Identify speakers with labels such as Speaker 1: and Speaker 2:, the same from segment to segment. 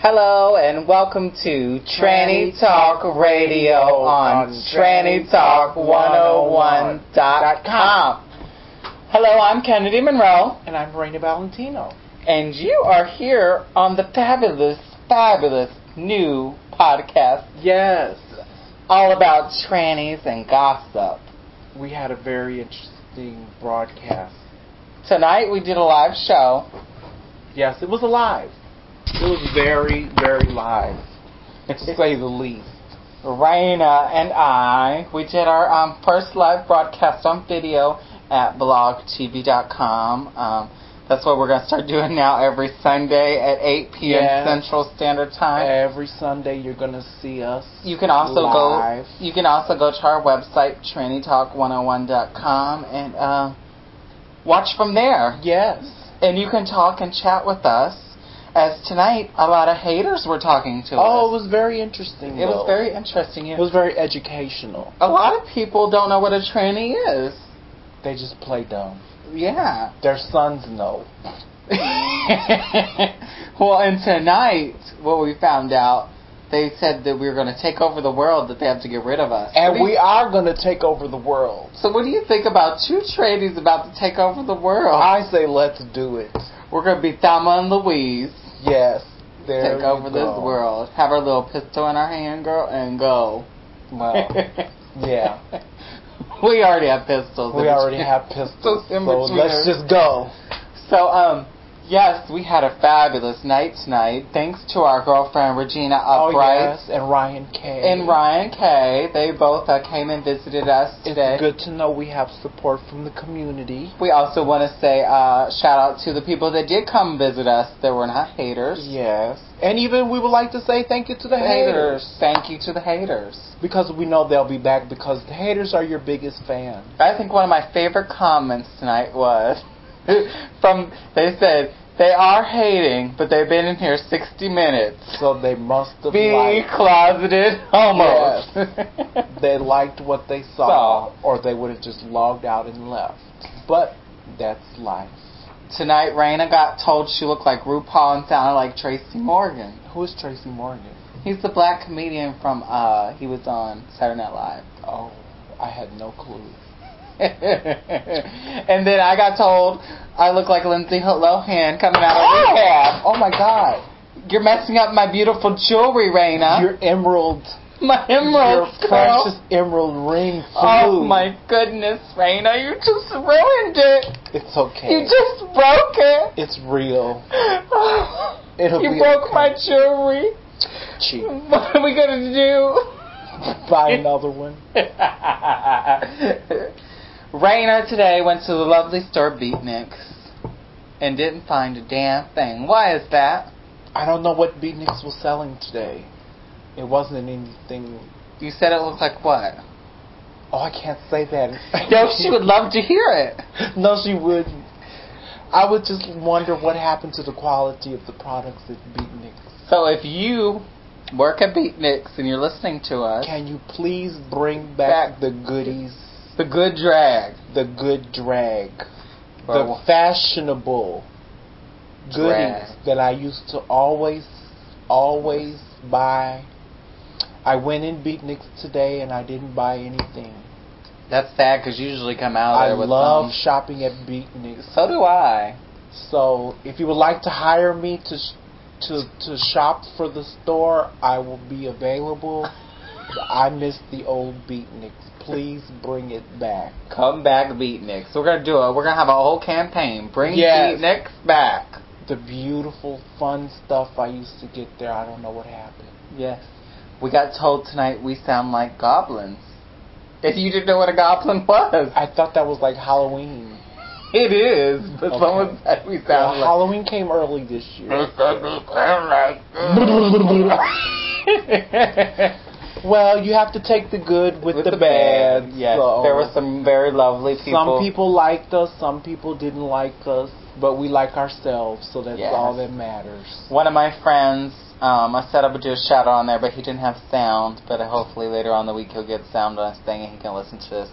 Speaker 1: Hello and welcome to Tranny Talk Radio on TrannyTalk101.com. Hello, I'm Kennedy Monroe,
Speaker 2: And I'm Raina Valentino.
Speaker 1: and you are here on the fabulous, fabulous new podcast
Speaker 2: Yes,
Speaker 1: all about trannies and gossip.
Speaker 2: we had a very interesting broadcast.
Speaker 1: Tonight we did a live show.
Speaker 2: Yes, it was alive. It was very, very live, to say the least.
Speaker 1: Raina and I, we did our um, first live broadcast on video at blogtv.com. Um, that's what we're going to start doing now every Sunday at 8 p.m.
Speaker 2: Yes.
Speaker 1: Central Standard Time.
Speaker 2: Every Sunday, you're gonna see us.
Speaker 1: You can also
Speaker 2: live.
Speaker 1: go. You can also go to our website trinitytalk101.com and uh, watch from there.
Speaker 2: Yes.
Speaker 1: And you can talk and chat with us. As tonight, a lot of haters were talking to
Speaker 2: Oh, it
Speaker 1: us.
Speaker 2: was very interesting.
Speaker 1: it was
Speaker 2: though.
Speaker 1: very interesting.
Speaker 2: It was very educational.
Speaker 1: A lot of people don't know what a tranny is.
Speaker 2: They just play dumb.
Speaker 1: Yeah.
Speaker 2: Their sons know.
Speaker 1: well, and tonight, what we found out, they said that we were going to take over the world, that they have to get rid of us. What
Speaker 2: And
Speaker 1: do you-
Speaker 2: we are gonna take over the world.
Speaker 1: So, what do you think about two tradies about to take over the world?
Speaker 2: I say let's do it.
Speaker 1: we're going to be Thelma and Louise,
Speaker 2: Yes. There
Speaker 1: take
Speaker 2: you
Speaker 1: over this
Speaker 2: go.
Speaker 1: world, have our little pistol in our hand, girl, and go.
Speaker 2: Well, Oh, yeah.
Speaker 1: we already have pistols.
Speaker 2: We
Speaker 1: in
Speaker 2: already
Speaker 1: between-
Speaker 2: have pistols, so
Speaker 1: in between
Speaker 2: let's
Speaker 1: us.
Speaker 2: just go.
Speaker 1: So, um, yes, we had a fabulous night tonight. Thanks to our girlfriend Regina Upright
Speaker 2: Oh, yes, Uh, and Ryan K.
Speaker 1: Oh, and Ryan Kay. They both uh, came and visited us today.
Speaker 2: It's good to know we have support from the community.
Speaker 1: We also want to say uh, shout out to the people that did come visit us. They were not haters.
Speaker 2: Yes, and even we would like to say thank you to the haters.
Speaker 1: Haters. Thank you to the haters.
Speaker 2: because we know they'll be back because the haters are your biggest fan.
Speaker 1: I think one of my favorite comments tonight was from they said they are hating, but they've been in here 60 minutes.
Speaker 2: So they must have
Speaker 1: Be
Speaker 2: liked.
Speaker 1: closeted homo.
Speaker 2: They liked what they saw, or they would have just logged out and left. But that's life.
Speaker 1: Tonight, Raina got told she looked like RuPaul and sounded like Tracy Morgan.
Speaker 2: Who is Tracy Morgan?
Speaker 1: He's the black comedian from, uh, he was on Saturday Night Live.
Speaker 2: Oh, I had no clue.
Speaker 1: and then I got told I look like Lindsay Lohan coming out of rehab.
Speaker 2: Oh my God!
Speaker 1: You're messing up my beautiful jewelry, Raina.
Speaker 2: Your emerald,
Speaker 1: my emeralds,
Speaker 2: your
Speaker 1: girl.
Speaker 2: precious emerald ring flew.
Speaker 1: Oh my goodness, Raina, you just ruined it.
Speaker 2: It's okay.
Speaker 1: You just broke it.
Speaker 2: it's real. It'll
Speaker 1: you
Speaker 2: be
Speaker 1: broke
Speaker 2: okay.
Speaker 1: my jewelry.
Speaker 2: Cheap.
Speaker 1: What are we gonna do?
Speaker 2: Buy another one.
Speaker 1: Raina today went to the lovely store Beatniks and didn't find a damn thing. Why is that?
Speaker 2: I don't know what Beatniks was selling today. It wasn't anything.
Speaker 1: You said it looked like what?
Speaker 2: Oh, I can't say that.
Speaker 1: Yo, she would love to hear it.
Speaker 2: No, she wouldn't. I would just wonder what happened to the quality of the products at Beatniks.
Speaker 1: So if you work at Beatniks and you're listening to us,
Speaker 2: Can you please bring
Speaker 1: Back.
Speaker 2: back the goodies,
Speaker 1: the good drag.
Speaker 2: the good drag? the
Speaker 1: Bro.
Speaker 2: fashionable goodies
Speaker 1: Drag.
Speaker 2: that I used to always, always buy. I went in Beatniks today and I didn't buy anything.
Speaker 1: That's sad because you usually come out
Speaker 2: I
Speaker 1: there with
Speaker 2: love
Speaker 1: some-
Speaker 2: shopping at Beatniks.
Speaker 1: So do I.
Speaker 2: So if you would like to hire me to sh- to to shop for the store, I will be available. I miss the old Beatniks. Please bring it back.
Speaker 1: Come back, Beatniks. We're gonna do it. We're gonna have a whole campaign. Bring
Speaker 2: Yes.
Speaker 1: Beatniks back.
Speaker 2: The beautiful, fun stuff I used to get there. I don't know what happened.
Speaker 1: Yes. We got told tonight we sound like goblins. If you didn't know what a goblin was,
Speaker 2: I thought that was like Halloween.
Speaker 1: it is. But
Speaker 2: Okay.
Speaker 1: someone said we
Speaker 2: Well,
Speaker 1: sound like.
Speaker 2: Halloween came early this year.
Speaker 1: They said we sound like.
Speaker 2: well, you have to take the good with, the, bad.
Speaker 1: Yes.
Speaker 2: so-
Speaker 1: There were some very lovely people.
Speaker 2: Some people liked us, some people didn't like us, but we like ourselves, so that's
Speaker 1: Yes.
Speaker 2: all that matters.
Speaker 1: One of my friends, um, I said I would do a shout out on there, but he didn't have sound. But hopefully later on in the week he'll get sound on his thing and he can listen to this.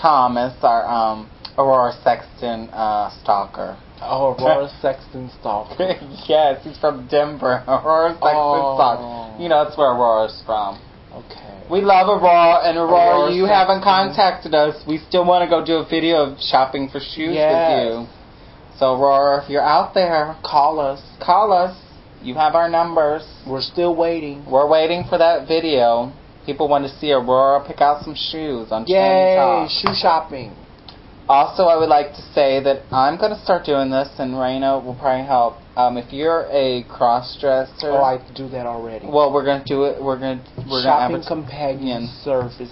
Speaker 1: Thomas, our um, Aurora Sexton uh, Stalker.
Speaker 2: Oh, Aurora Sexton Stalker.
Speaker 1: yes, he's from Denver. Aurora Sexton
Speaker 2: Oh.
Speaker 1: Stalker. You know, that's where Aurora's from.
Speaker 2: Okay.
Speaker 1: We love Aurora, and Aurora,
Speaker 2: Aurora
Speaker 1: you
Speaker 2: Sexton.
Speaker 1: haven't contacted us. We still want to go do a video of shopping for shoes
Speaker 2: Yes.
Speaker 1: with you. So, Aurora, if you're out there,
Speaker 2: Call us.
Speaker 1: call us. You have our numbers.
Speaker 2: We're still waiting.
Speaker 1: We're waiting for that video. People want to see Aurora pick out some shoes on Trend
Speaker 2: Yay!
Speaker 1: Talk.
Speaker 2: Shoe shopping.
Speaker 1: Also, I would like to say that I'm going to start doing this, and Raina will probably help. Um, if you're a cross-dresser,
Speaker 2: Oh, I do that already.
Speaker 1: well, we're going to do it. We're going to we're
Speaker 2: shopping
Speaker 1: going to
Speaker 2: companion services.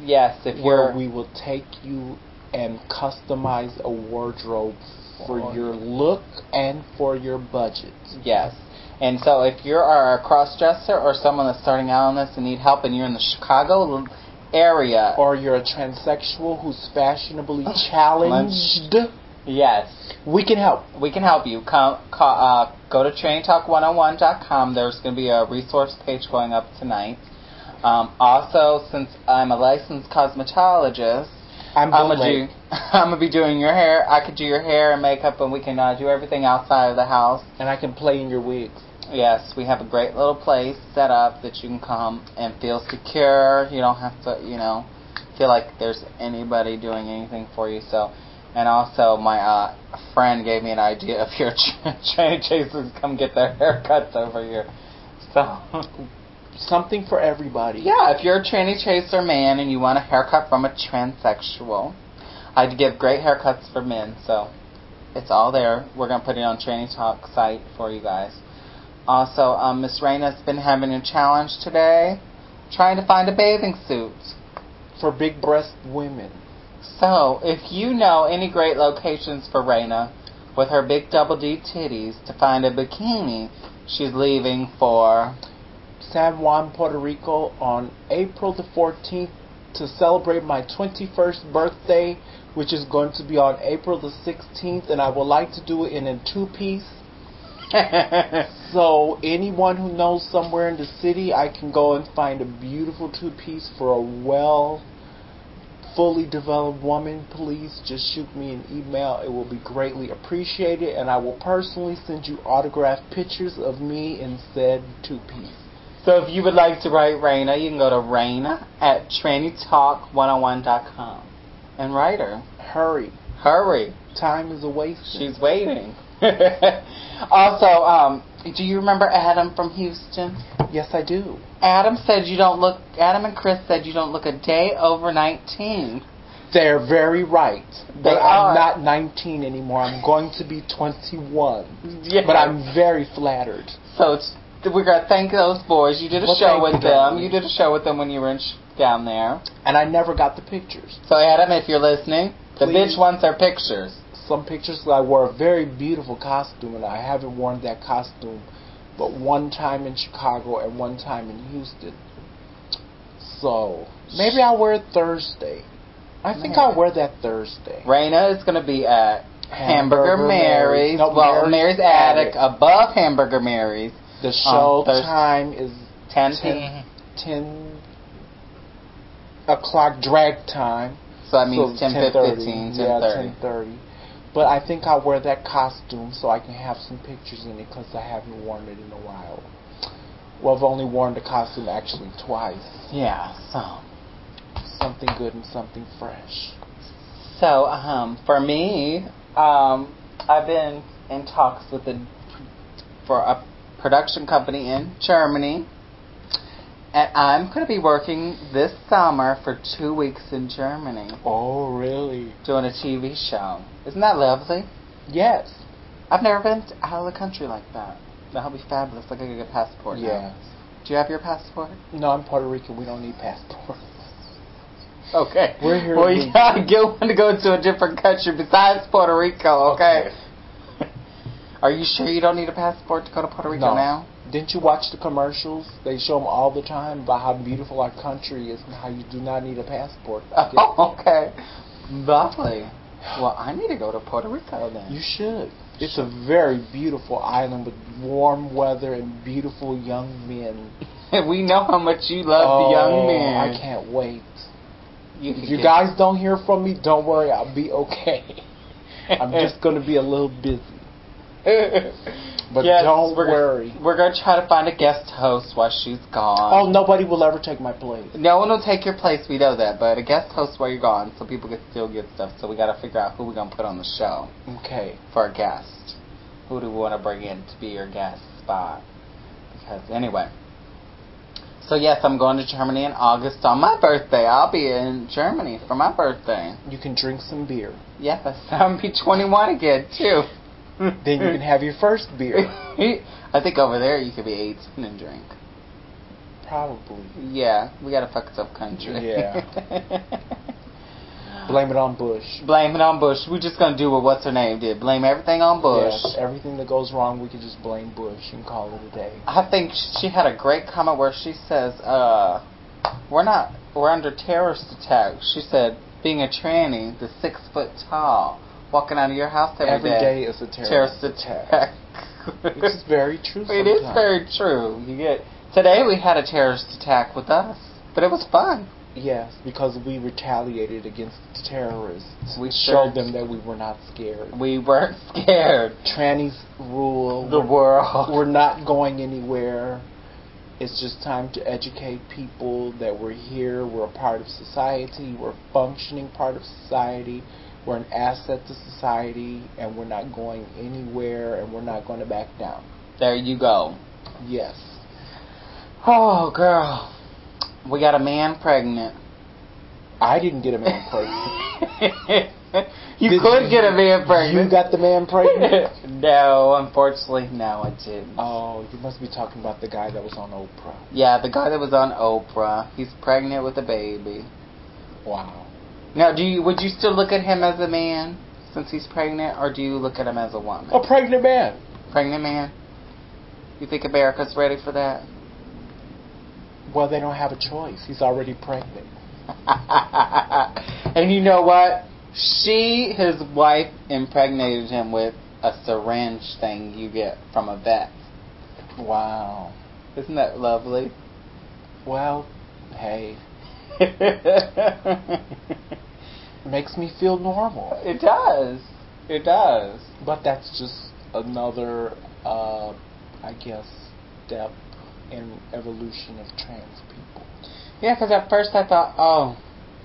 Speaker 1: yes. If
Speaker 2: where
Speaker 1: you're
Speaker 2: we will take you and customize a wardrobe
Speaker 1: Or-
Speaker 2: for your look and for your budget.
Speaker 1: yes, and so if you are a cross-dresser or someone that's starting out on this and need help, and you're in the Chicago area,
Speaker 2: Or you're a transsexual who's fashionably challenged.
Speaker 1: yes,
Speaker 2: We can help.
Speaker 1: we can help you. Come, ca uh, go to traintalk101.com. There's going to be a resource page going up tonight. Um, also, since I'm a licensed cosmetologist,
Speaker 2: I'm
Speaker 1: I'm gonna
Speaker 2: Blake.
Speaker 1: do. I'm gonna be doing your hair. I could do your hair and makeup, and we can uh, do everything outside of the house.
Speaker 2: and I can play in your wigs.
Speaker 1: Yes, we have a great little place set up that you can come and feel secure. You don't have to, you know, feel like there's anybody doing anything for you. So, and also my uh, friend gave me an idea of your train chasers come get their haircuts over here. So,
Speaker 2: Something for everybody.
Speaker 1: yeah, if you're a tranny chaser man and you want a haircut from a transsexual, I give great haircuts for men, so it's all there. We're gonna put it on Tranny Talk site for you guys. Also, um, Miss Raina's been having a challenge today, trying to find a bathing suit.
Speaker 2: For big breast women.
Speaker 1: So, if you know any great locations for Raina, with her big double D titties, to find a bikini, she's leaving for
Speaker 2: San Juan, Puerto Rico on April the 14th to celebrate my 21st birthday, which is going to be on April the 16th, and I would like to do it in a two piece. So, anyone who knows somewhere in the city, I can go and find a beautiful two piece for a well, fully developed woman. Please just shoot me an email. It will be greatly appreciated, and I will personally send you autographed pictures of me in said two piece.
Speaker 1: So if you would like to write Raina, you can go to Raina at trannytalk101.com and write her.
Speaker 2: Hurry.
Speaker 1: Hurry,
Speaker 2: Time is a waste.
Speaker 1: she's waiting. also, um, do you remember Adam from Houston?
Speaker 2: yes, I do.
Speaker 1: Adam said you don't look. Adam and Chris said you don't look a day over 19.
Speaker 2: They're very right.
Speaker 1: They
Speaker 2: But
Speaker 1: are.
Speaker 2: I'm not 19 anymore. I'm going to be 21.
Speaker 1: Yeah.
Speaker 2: But I'm very flattered.
Speaker 1: so it's, we're gonna thank those boys. You did a
Speaker 2: Well,
Speaker 1: show
Speaker 2: thank you,
Speaker 1: with them.
Speaker 2: darling.
Speaker 1: You did a show with them when you were in sh- down there.
Speaker 2: And I never got the pictures.
Speaker 1: So Adam, if you're listening, the
Speaker 2: Please.
Speaker 1: bitch wants her pictures.
Speaker 2: Some pictures I wore a very beautiful costume, and I haven't worn that costume but one time in Chicago and one time in Houston. So maybe I'll wear it Thursday. I think
Speaker 1: Man.
Speaker 2: I'll wear that Thursday.
Speaker 1: Raina is going to be at Hamburger, Mary's.
Speaker 2: Nope,
Speaker 1: well, Mary's, Attic, above Hamburger Mary's.
Speaker 2: The show
Speaker 1: Thursday.
Speaker 2: time is
Speaker 1: 10
Speaker 2: 10, 10 o'clock drag time.
Speaker 1: So that means
Speaker 2: So
Speaker 1: 10,
Speaker 2: 10:30.
Speaker 1: 15, 10,
Speaker 2: Yeah, 10.30. But I think I'll wear that costume so I can have some pictures in it because I haven't worn it in a while. Well, I've only worn the costume actually twice.
Speaker 1: Yeah, so.
Speaker 2: Something good and something fresh.
Speaker 1: So, um, for me, um, I've been in talks with a, for a production company in Germany. And I'm going to be working this summer for two weeks in Germany
Speaker 2: Oh, really?
Speaker 1: doing a TV show. Isn't that lovely?
Speaker 2: Yes.
Speaker 1: I've never been t- out of the country like that. That'll be fabulous. I could get a passport. now.
Speaker 2: Yeah.
Speaker 1: Do you have your passport?
Speaker 2: No, I'm Puerto Rican. We don't need passports.
Speaker 1: Okay.
Speaker 2: We're here
Speaker 1: Well,
Speaker 2: to-
Speaker 1: you gotta get one to go to a different country besides Puerto Rico. Okay. Are you sure you don't need a passport to go to Puerto Rico
Speaker 2: No.
Speaker 1: now?
Speaker 2: Didn't you watch the commercials? They show them all the time about how beautiful our country is and how you do not need a passport. to get
Speaker 1: Oh, okay. Lovely. Well, I need to go to Puerto Rico then.
Speaker 2: You should. It's a very beautiful island with warm weather and beautiful young men.
Speaker 1: we know how much you love the young
Speaker 2: Oh,
Speaker 1: men.
Speaker 2: I can't wait.
Speaker 1: You can
Speaker 2: If you
Speaker 1: get-
Speaker 2: guys don't hear from me, don't worry. I'll be okay. I'm just going to be a little busy. But
Speaker 1: Yes,
Speaker 2: don't
Speaker 1: we're
Speaker 2: worry.
Speaker 1: Gonna, we're gonna try to find a guest host while she's
Speaker 2: Oh,
Speaker 1: gone.
Speaker 2: nobody will ever take my place.
Speaker 1: No one will take your place, we know that, but a guest host while you're gone, so people can still get stuff. So we gotta figure out who we're gonna put on the show
Speaker 2: Okay.
Speaker 1: for a guest. Who do we want to bring in to be your guest spot? Because anyway. So yes, I'm going to Germany in August on my birthday. I'll be in Germany for my birthday.
Speaker 2: You can drink some beer.
Speaker 1: Yes, I'll be 21 again too.
Speaker 2: Then
Speaker 1: Mm.
Speaker 2: you can have your first beer.
Speaker 1: I think over there you could be 18 and drink.
Speaker 2: Probably.
Speaker 1: Yeah, we got a fucked up country.
Speaker 2: Yeah. Blame it on Bush.
Speaker 1: Blame it on Bush. We're just gonna do what what's her name did. Blame everything on Bush.
Speaker 2: Yes, everything that goes wrong, we can just blame Bush and call it a day.
Speaker 1: I think she had a great comment where she says, uh, "We're not. We're under terrorist attack." She said, "Being a tranny, the six foot tall, walking out of your house
Speaker 2: Every day is a terrorist
Speaker 1: terrorist attack."
Speaker 2: Which is very true.
Speaker 1: It is
Speaker 2: sometimes.
Speaker 1: very true. You get today we had a terrorist attack with us, but it was fun.
Speaker 2: Yes, because we retaliated against the terrorists.
Speaker 1: We
Speaker 2: We
Speaker 1: sure-
Speaker 2: showed them that we were not scared.
Speaker 1: We weren't scared.
Speaker 2: Trannies rule.
Speaker 1: The world.
Speaker 2: We're not going anywhere. It's just time to educate people that we're here, we're a part of society, we're a functioning part of society, we're an asset to society, and we're not going anywhere, and we're not going to back down.
Speaker 1: There you go.
Speaker 2: Yes.
Speaker 1: Oh, girl. We got a man pregnant.
Speaker 2: I didn't get a man pregnant.
Speaker 1: you
Speaker 2: Did
Speaker 1: could
Speaker 2: you-
Speaker 1: get a man pregnant.
Speaker 2: You got the man pregnant?
Speaker 1: no, unfortunately, no, I didn't.
Speaker 2: oh, you must be talking about the guy that was on Oprah.
Speaker 1: Yeah, the guy that was on Oprah. He's pregnant with a baby.
Speaker 2: Wow.
Speaker 1: Now, do you would you still look at him as a man since he's pregnant, or do you look at him as a woman?
Speaker 2: A pregnant man.
Speaker 1: Pregnant man. You think America's ready for that?
Speaker 2: Well, they don't have a choice. He's already pregnant.
Speaker 1: and you know what? She, his wife, impregnated him with a syringe thing you get from a vet.
Speaker 2: Wow.
Speaker 1: Isn't that lovely?
Speaker 2: Well, hey, makes me feel normal.
Speaker 1: it does. It does.
Speaker 2: But that's just another, uh, I guess, step in evolution of trans people.
Speaker 1: Yeah, because at first I thought, oh,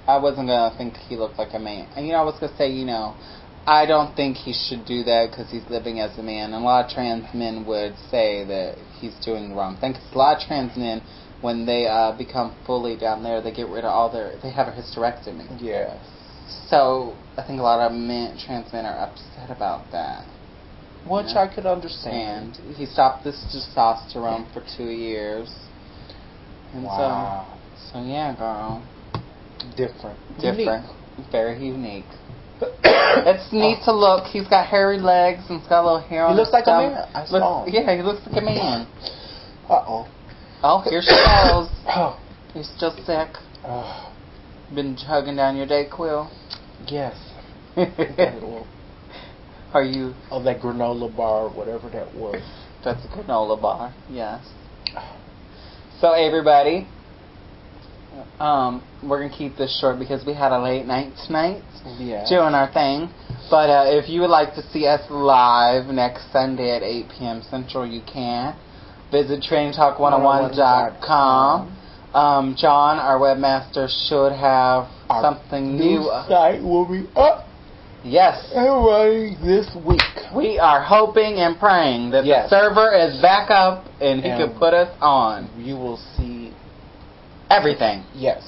Speaker 1: I wasn't going to think he looked like a man. And, you know, I was going to say, you know, I don't think he should do that because he's living as a man. And a lot of trans men would say that he's doing the wrong thing. 'Cause a lot of trans men, when they uh, become fully down there, they get rid of all their, they have a hysterectomy.
Speaker 2: Yes.
Speaker 1: So I think a lot of men, trans men are upset about that.
Speaker 2: Which
Speaker 1: Yeah.
Speaker 2: I could understand.
Speaker 1: And he stopped this testosterone for two years. And
Speaker 2: wow.
Speaker 1: so, so yeah, girl.
Speaker 2: Different.
Speaker 1: Different. Very unique. It's neat to look. He's got hairy legs and he's got a little hair on
Speaker 2: He looks
Speaker 1: his
Speaker 2: like a
Speaker 1: stomach.
Speaker 2: man. I
Speaker 1: Looks-
Speaker 2: saw him.
Speaker 1: Yeah, he looks like a man.
Speaker 2: Uh oh.
Speaker 1: Oh, here she goes.
Speaker 2: Oh. uh,
Speaker 1: You're still sick. Been chugging down your Dayquil.
Speaker 2: yes. That little-
Speaker 1: Are you?
Speaker 2: oh, that granola bar, whatever that was.
Speaker 1: That's a granola bar. Yes. So everybody, um, we're gonna keep this short because we had a late night tonight.
Speaker 2: Yeah.
Speaker 1: doing our thing. But uh, if you would like to see us live next Sunday at 8 p.m. Central, you can. Visit traintalk101.com. Um, John, our webmaster, should have
Speaker 2: Our
Speaker 1: something
Speaker 2: New
Speaker 1: new. uh,
Speaker 2: site will be up
Speaker 1: Yes.
Speaker 2: and running this week.
Speaker 1: We are hoping and praying that
Speaker 2: Yes.
Speaker 1: the server is back up and he
Speaker 2: And-
Speaker 1: can put us on
Speaker 2: You will see.
Speaker 1: everything.
Speaker 2: Yes.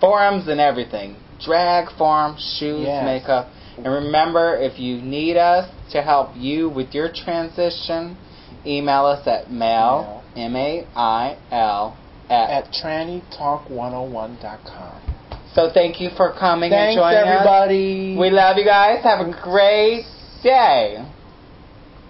Speaker 1: forums and everything. Drag, form, shoes,
Speaker 2: Yes.
Speaker 1: makeup. And remember, if you need us to help you with your transition, email us at mail, M-A-I-L, at.
Speaker 2: At trannytalk101.com.
Speaker 1: So thank you for coming
Speaker 2: Thanks,
Speaker 1: and joining us.
Speaker 2: everybody.
Speaker 1: We love you guys. Have a great day.